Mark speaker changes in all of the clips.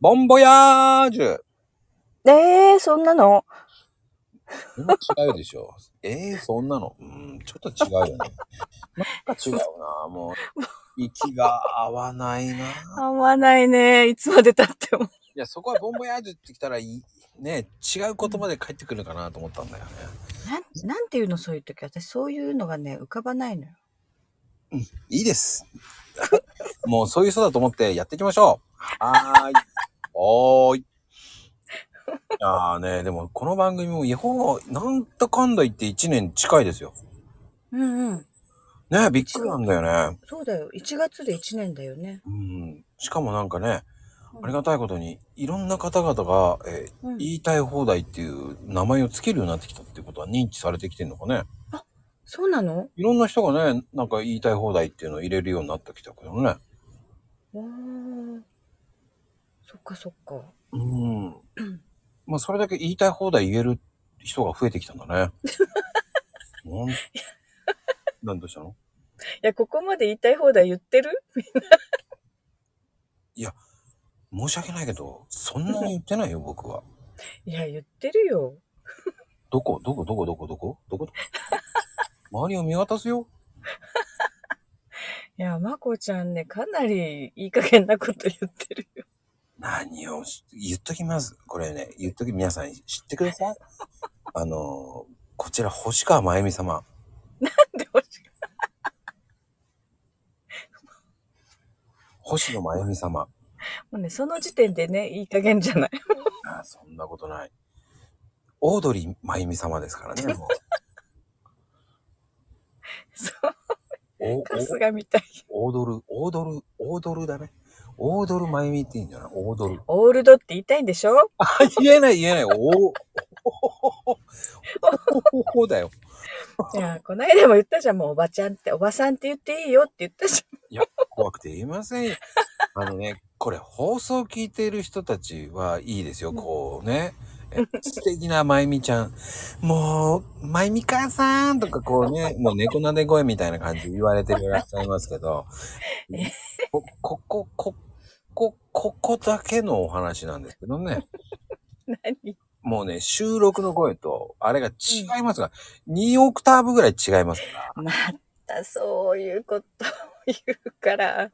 Speaker 1: ボンボヤージュ
Speaker 2: えー、そんなの
Speaker 1: 違うでしょ。 えー、そんなの。うん、ちょっと違うよね。なんか違うな。もう、息が合わないな。い
Speaker 2: 合わないね。いつまで経っても。
Speaker 1: や、そこはボンボヤージュってきたらいい、ね、違う言葉で帰ってくるかなと思ったんだよね。
Speaker 2: なん、なんていうのそういう時。私そういうのがね、浮かばないのよ。
Speaker 1: いいです。 もうそういう人だと思ってやっていきましょう。はーい。おーい。ああね、でもこの番組も違法、なんとかんだ言って1年近いですよ。
Speaker 2: うんうん。
Speaker 1: ねびっくりなんだよね。
Speaker 2: そうだよ。1月で1年だよね。
Speaker 1: うん。しかもなんかね、
Speaker 2: うん
Speaker 1: ありがたいことに、いろんな方々が、えー
Speaker 2: うん
Speaker 1: 言いたい放題っていう名前をつけるようになってきたってことは認知されてきてるのかね。
Speaker 2: そうなの
Speaker 1: いろんな人がね、なんか言いたい放題っていうのを入れるようになってきたけどね。
Speaker 2: おー。そっかそっか。
Speaker 1: うん。まあ、それだけ言いたい放題言える人が増えてきたんだね。なんなんどうしたの
Speaker 2: いや、ここまで言いたい放題言ってる
Speaker 1: 申し訳ないけど、そんなに言ってないよ、僕は。
Speaker 2: いや、言ってるよ。
Speaker 1: どこどこどこどこどこどこ 周りを見渡すよ。
Speaker 2: いや、まこちゃんね、かなりいい加減なこと言ってるよ。
Speaker 1: 何をし言っときます。これね、言っとき、皆さん知ってください。あのー、こちら、星川真由美様。
Speaker 2: でも
Speaker 1: 星野真由美様。
Speaker 2: もうね、その時点でね、いい加減じゃない。
Speaker 1: あーそんなことない。オードリー真由美様ですからね、もう。
Speaker 2: そう、
Speaker 1: おお
Speaker 2: 春日みたい。
Speaker 1: オードル、オードル、オードルだね。オードルまゆみっていいんじゃないオードル。
Speaker 2: オールドって言いたいんでしょ
Speaker 1: あ、言えない言えない。おーおほほだよ。
Speaker 2: いや、こないだも言ったじゃん、もうおばちゃんって、おばさんって言っていいよって言ったじ
Speaker 1: 怖くて言えませんよ。 あのね、これ放送聞いている人たちはいいですよ。こうね。え素敵なまゆみちゃん。もう、まゆみ母さんとかこうね、もう猫なで声みたいな感じで言われていらっしゃいますけど、こ、ここ、ここ、ここだけのお話なんですけどね。
Speaker 2: ゃん。 何
Speaker 1: もうね、収録の声と、あれが違いますが、2オクターブぐらい違いますか
Speaker 2: またそういうことを言うから。
Speaker 1: らね。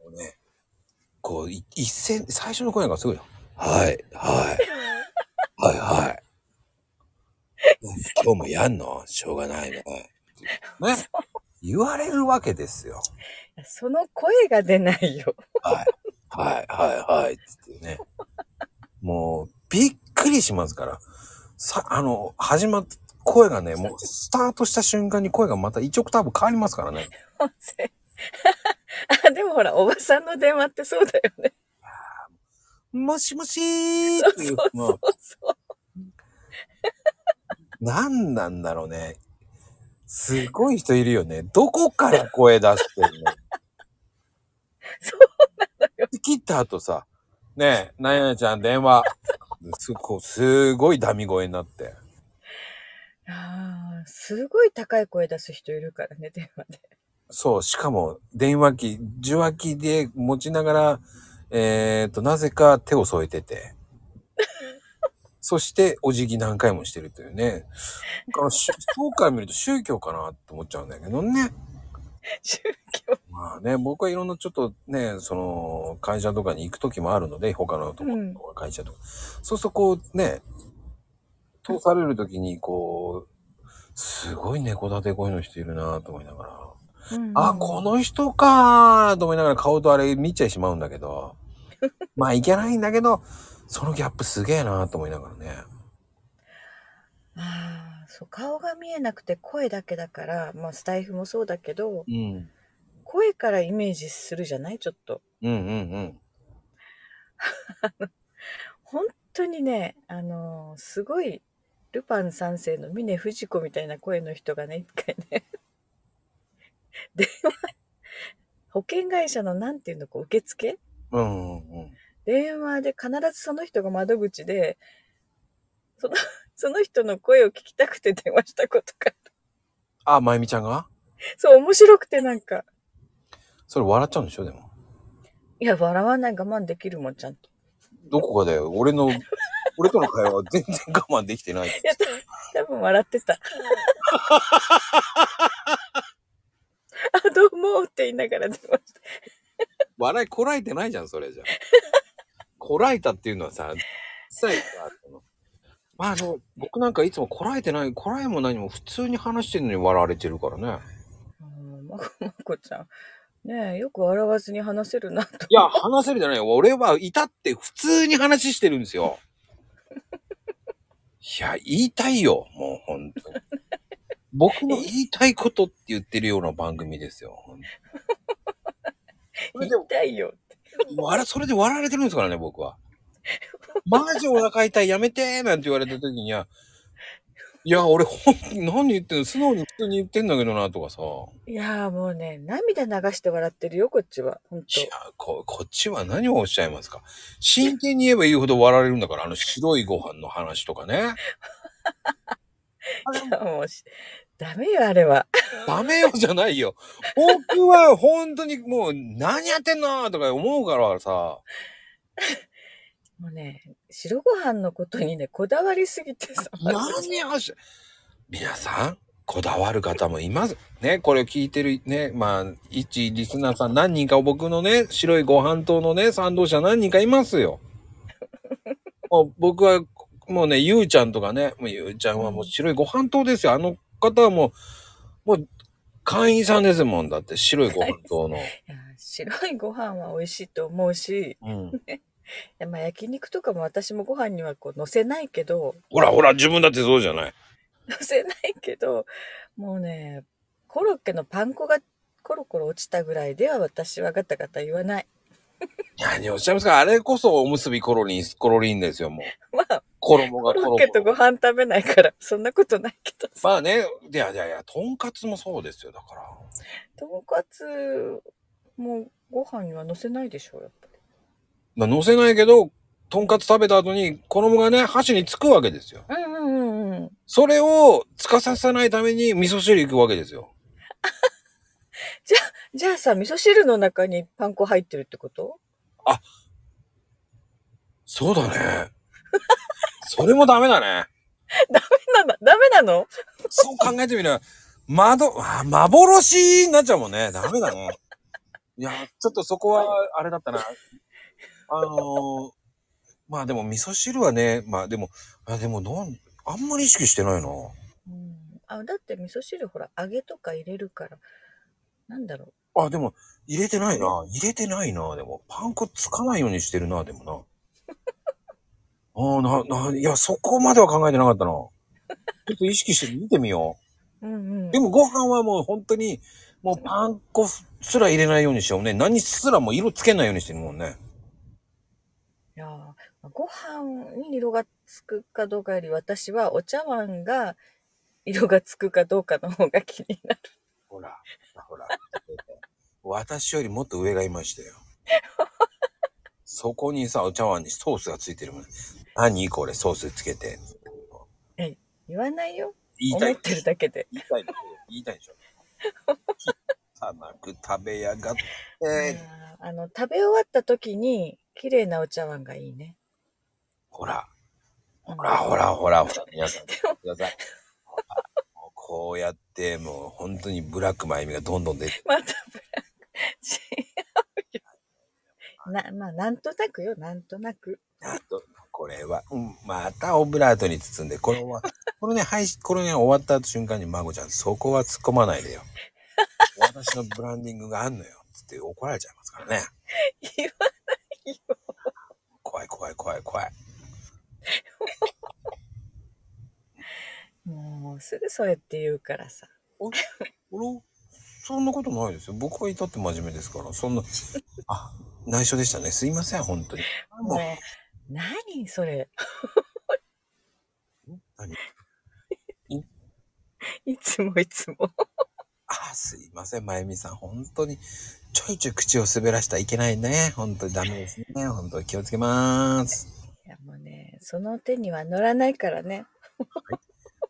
Speaker 1: こう、い一線、最初の声がすごいよ。はい、はい。はい、はい。今日もやんのしょうがないね。ね。言われるわけですよ。
Speaker 2: その声が出ないよ。
Speaker 1: はい、はい、はい、はい。つってね。もう、びっくりしますから。さ、あの、始まって、声がね、もう、スタートした瞬間に声がまた1オクターブ変わりますからね。
Speaker 2: 音声あ、でもほら、おばさんの電話ってそうだよ ね。
Speaker 1: もしもしー
Speaker 2: そう
Speaker 1: ってい
Speaker 2: そうう
Speaker 1: も
Speaker 2: そう
Speaker 1: う
Speaker 2: そう。
Speaker 1: 何なんだろうね。すごい人いるよね。どこから声出して るの
Speaker 2: そう
Speaker 1: なのよ。切った後さ、ねえ、なやなちゃん電話。すごすごいダミ声になって。
Speaker 2: ああ、すごい高い声出す人いるからね、電話で。
Speaker 1: そう、しかも電話機、受話器で持ちながら、えー、と、なぜか手を添えてて。そして、お辞儀何回もしてるというね。だからし遠くから見ると宗教かなって思っちゃうんだけどね。
Speaker 2: 宗教。
Speaker 1: まあね、僕はいろんなちょっとね、その会社とかに行く時もあるので、他のとこ
Speaker 2: うん
Speaker 1: ろ会社とか、そうするとこうね、通される時にこう、すごい猫立て声の人いるなと思いながら、あ、この人かーと思いながら顔とあれ見ちゃいしまうんだけ ど、まあいけないんだけど、そのギャップすげえなと思いながらね。
Speaker 2: ああ、そう、顔が見えなくて声だけだから、まあスタイフもそうだけど、
Speaker 1: うん。
Speaker 2: 声からイメージするじゃないちょっと。
Speaker 1: うんうん
Speaker 2: 本当にね、あのーすごい、ルパン三世の峰不二子みたいな声の人がね、一回ね、 電話、保険会社のなんていうの、こう、受付
Speaker 1: うん。うんうんうん。
Speaker 2: 電話で必ずその人が窓口で、その、その人の声を聞きたくて電話したことか。
Speaker 1: あ、まゆみちゃんが
Speaker 2: そう、面白くてなんか、
Speaker 1: それ笑っちゃうんでしょでも。
Speaker 2: いや、笑わない我慢できるもん、ちゃんと。
Speaker 1: どこかだよ。俺の、俺との会話は全然我慢できてない。
Speaker 2: い や、多分多分笑ってた。あ、どうもって言いながら出ました。
Speaker 1: 笑いこらえてないじゃん、それじゃ。こらえたっていうのはさ、実際さそのまああの、僕なんかいつもこらえてない、こらえも何も普通に話してるのに笑われてるからね。
Speaker 2: うんまこ、まこちゃん。ねえ、よく笑わずに話せるなと。
Speaker 1: いや、話せるじゃないよ。俺は至って普通に話してるんですよ。いや、言いたいよ、もう本当に。僕の言いたいことって言ってるような番組ですよ。本当にそれで
Speaker 2: 言いたいよ。
Speaker 1: 笑、それで笑われてるんですからね、僕は。マジお腹痛い、やめてーなんて言われた時には、いや、俺、ほん、何言ってんの素直に普通に言ってんだけどな、とかさ。
Speaker 2: いやーもうね、涙流して笑ってるよ、こっちは。ほんと
Speaker 1: い。や、こ、こっちは何をおっしゃいますか。真剣に言えば言うほど笑われるんだから、あの白いご飯の話とかね。
Speaker 2: いや、もうし、ダメよ、あれは。
Speaker 1: ダメよじゃないよ。僕は本当にもう、何やってんのとか思うからさ。
Speaker 2: もうね、白ご飯のことにね、こだわりすぎてさ。
Speaker 1: 何をし、皆さん、こだわる方もいます。ね、これを聞いてるね、まあ、一リスナーさん何人か僕のね、白いご飯党のね、賛同者何人かいます よ。もう僕は、もうね、ゆうちゃんとかね、もうゆうちゃんはもう白いご飯党ですよ。あの方はもう、もう、会員さんですもんだって、白いご飯党の。
Speaker 2: いや白いご飯は美味しいと思うし、
Speaker 1: うん。
Speaker 2: いやまあ焼肉とかも私もご飯にはこう乗せないけど、
Speaker 1: ほらほら、自分だってそうじゃない。
Speaker 2: 乗せないけど、もうね、コロッケのパン粉がコロコロ落ちたぐらいでは私はガタガタ言わない。
Speaker 1: 何をおっしゃいますかあれこそおむすびコロリン、コロリンですよ、 もう。
Speaker 2: まあ、
Speaker 1: 衣
Speaker 2: コ
Speaker 1: が
Speaker 2: ロッケとご飯食べないから、そんなことないけどさ。
Speaker 1: まあね、いやいやいや、とんかつもそうですよ、だから。
Speaker 2: とんかつもご飯には乗せないでしょ、やっぱり。
Speaker 1: まあ、乗せないけど、とんかつ食べた後に衣がね、箸につくわけですよ。
Speaker 2: うんうんうんうん。
Speaker 1: それをつかさせないために味噌汁いくわけですよ。
Speaker 2: じゃあさ、味噌汁の中にパン粉入ってるってこと
Speaker 1: そうだね。それもダメだね。
Speaker 2: なんだ、ダメなの
Speaker 1: そう考えてみれば、窓、あ幻になっちゃうもんね。ダメだね。いや、ちょっとそこは、あれだったな。あのーまあでも味噌汁はね、まあでも、あでもなん、あんまり意識してないな。
Speaker 2: うん、あだって味噌汁ほら揚げとか入れるからなんだろ
Speaker 1: あ、でも、入れてないな。入れてないな。でも、パン粉つかないようにしてるな、でもな。ああ、な、な、いや、そこまでは考えてなかったな。ちょっと意識して見てみよ
Speaker 2: う、うんうん、
Speaker 1: う。でも、ご飯はもう本当に、もうパン粉すら入れないようにしようね。何すらも色つけないようにしてるもんね。
Speaker 2: いやーご飯に色がつくかどうかより私はお茶碗が色がつくかどうかの方が気になる
Speaker 1: ほら、ほら。私よりもっと上がいましたよ。そこにさ、お茶碗にソースがついてるもんね。何これ、ソースつけて。
Speaker 2: 言わないよ
Speaker 1: 言いた
Speaker 2: 思
Speaker 1: い
Speaker 2: っ。てるだけで、
Speaker 1: 言いたいの言いたいでしょ。汚く食べやがって。
Speaker 2: あーあの食べ終わった時に綺麗なお茶碗がいいね、
Speaker 1: ほら、
Speaker 2: うん
Speaker 1: ほらほらほらほら、皆さん、皆さん。ほらもうこうやって、もう本当にブラックまゆみがどんどん出て、
Speaker 2: またブラック違うよなまあなんとなくよなんとなく
Speaker 1: あと、これは、うん、またオブラートに包んで、これは、これね、配信、これね、終わった瞬間に、まこちゃん、そこは突っ込まないでよ。私のブランディングがあんのよ。つって怒られちゃいますからね。
Speaker 2: 言わないよ
Speaker 1: 怖い怖い怖い怖い。
Speaker 2: もうすぐそうやって言うからさ
Speaker 1: 俺、そんなことないですよ。僕は至って真面目ですから、そんな、あ、内緒でしたね。すいません、本当に。もう、
Speaker 2: ねえ何それ
Speaker 1: 何
Speaker 2: いつもいつも
Speaker 1: あ、すいません、まゆみさん、本当に、ちょいちょい口を滑らしてはいけないね。本当にダメですね。本当に気をつけます。
Speaker 2: いやもうねその手には乗らないからね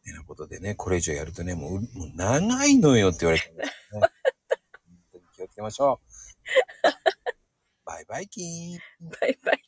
Speaker 1: てなことでね、これ以上やるとね、もう、もう長いのよって言われてるんですよね。本当に気をつけましょう。バイバイキーン。
Speaker 2: バイバイ